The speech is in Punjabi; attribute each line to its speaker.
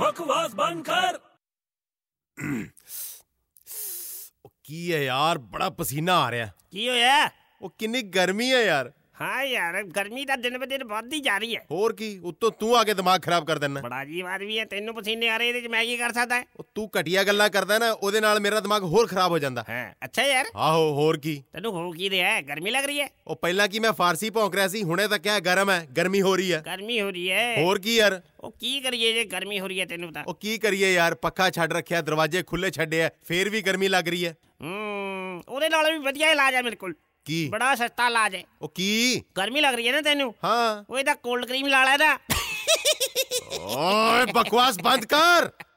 Speaker 1: ਬਕਵਾਸ ਬੰਦ ਕਰ
Speaker 2: ਉਹ ਕੀ ਹੈ ਯਾਰ ਬੜਾ ਪਸੀਨਾ ਆ ਰਿਹਾ ਹੈ।
Speaker 3: ਕੀ ਹੋਇਆ
Speaker 2: ਉਹ ਕਿੰਨੀ ਗਰਮੀ ਹੈ ਯਾਰ
Speaker 3: ਹਾਂ ਯਾਰ ਗਰਮੀ ਤਾਂ ਦਿਨ ਬ ਦਿਨ ਵੱਧਦੀ ਜਾ ਰਹੀ ਹੈ
Speaker 2: ਹੋਰ ਕੀ ਉੱਤੋਂ ਤੂੰ ਆ ਕੇ ਦਿਮਾਗ ਖਰਾਬ ਕਰ ਦਿੰਦਾ
Speaker 3: ਬੜਾ ਜੀ ਆਦਮੀ ਹੈ ਤੈਨੂੰ ਪਸੀਨੇ ਆ ਰਹੇ ਇਹਦੇ ਚ ਮੈਂ ਕੀ ਕਰ ਸਕਦਾ
Speaker 2: ਉਹ ਤੂੰ ਘਟੀਆ ਗੱਲਾਂ ਕਰਦਾ ਨਾ ਉਹਦੇ ਨਾਲ ਮੇਰਾ ਦਿਮਾਗ ਹੋਰ ਖਰਾਬ ਹੋ ਜਾਂਦਾ
Speaker 3: ਹਾਂ ਅੱਛਾ ਯਾਰ
Speaker 2: ਆਹੋ ਹੋਰ ਕੀ
Speaker 3: ਤੈਨੂੰ ਹੋ ਕੀ ਰਿਹਾ ਹੈ ਗਰਮੀ ਲੱਗ ਰਹੀ ਹੈ
Speaker 2: ਉਹ ਪਹਿਲਾਂ ਕੀ ਮੈਂ ਫਾਰਸੀ ਭੌਂਕ ਰਿਹਾ ਸੀ ਹੁਣੇ ਤਾਂ ਕਿਹਾ ਗਰਮ ਹੈ ਗਰਮੀ ਹੋ ਰਹੀ ਹੈ
Speaker 3: ਗਰਮੀ ਹੋ ਰਹੀ ਹੈ
Speaker 2: ਹੋਰ ਕੀ ਯਾਰ
Speaker 3: ਉਹ ਕੀ ਕਰੀਏ ਜੇ ਗਰਮੀ ਹੋ ਰਹੀ ਹੈ ਤੈਨੂੰ ਤਾਂ
Speaker 2: ਉਹ ਕੀ ਕਰੀਏ ਯਾਰ ਪੱਖਾ ਛੱਡ ਰੱਖਿਆ ਦਰਵਾਜ਼ੇ ਖੁੱਲੇ ਛੱਡੇ ਆ ਫੇਰ ਵੀ ਗਰਮੀ ਲੱਗ ਰਹੀ ਹੈ
Speaker 3: ਹੂੰ ਉਹਦੇ ਨਾਲ ਵੀ ਵਧੀਆ ਇਲਾਜ ਹੈ ਮੇਰੇ ਕੋਲ
Speaker 2: ਕੀ
Speaker 3: ਬੜਾ ਸਸਤਾ ਇਲਾਜ ਹੈ
Speaker 2: ਉਹ ਕੀ
Speaker 3: ਗਰਮੀ ਲੱਗ ਰਹੀ ਹੈ ਨਾ ਤੈਨੂੰ
Speaker 2: ਹਾਂ
Speaker 3: ਉਹ ਇਹਦਾ ਕੋਲਡ ਕਰੀਮ ਲਾ ਲੈ ਨਾ
Speaker 2: ਓਏ ਬਕਵਾਸ ਬੰਦ ਕਰ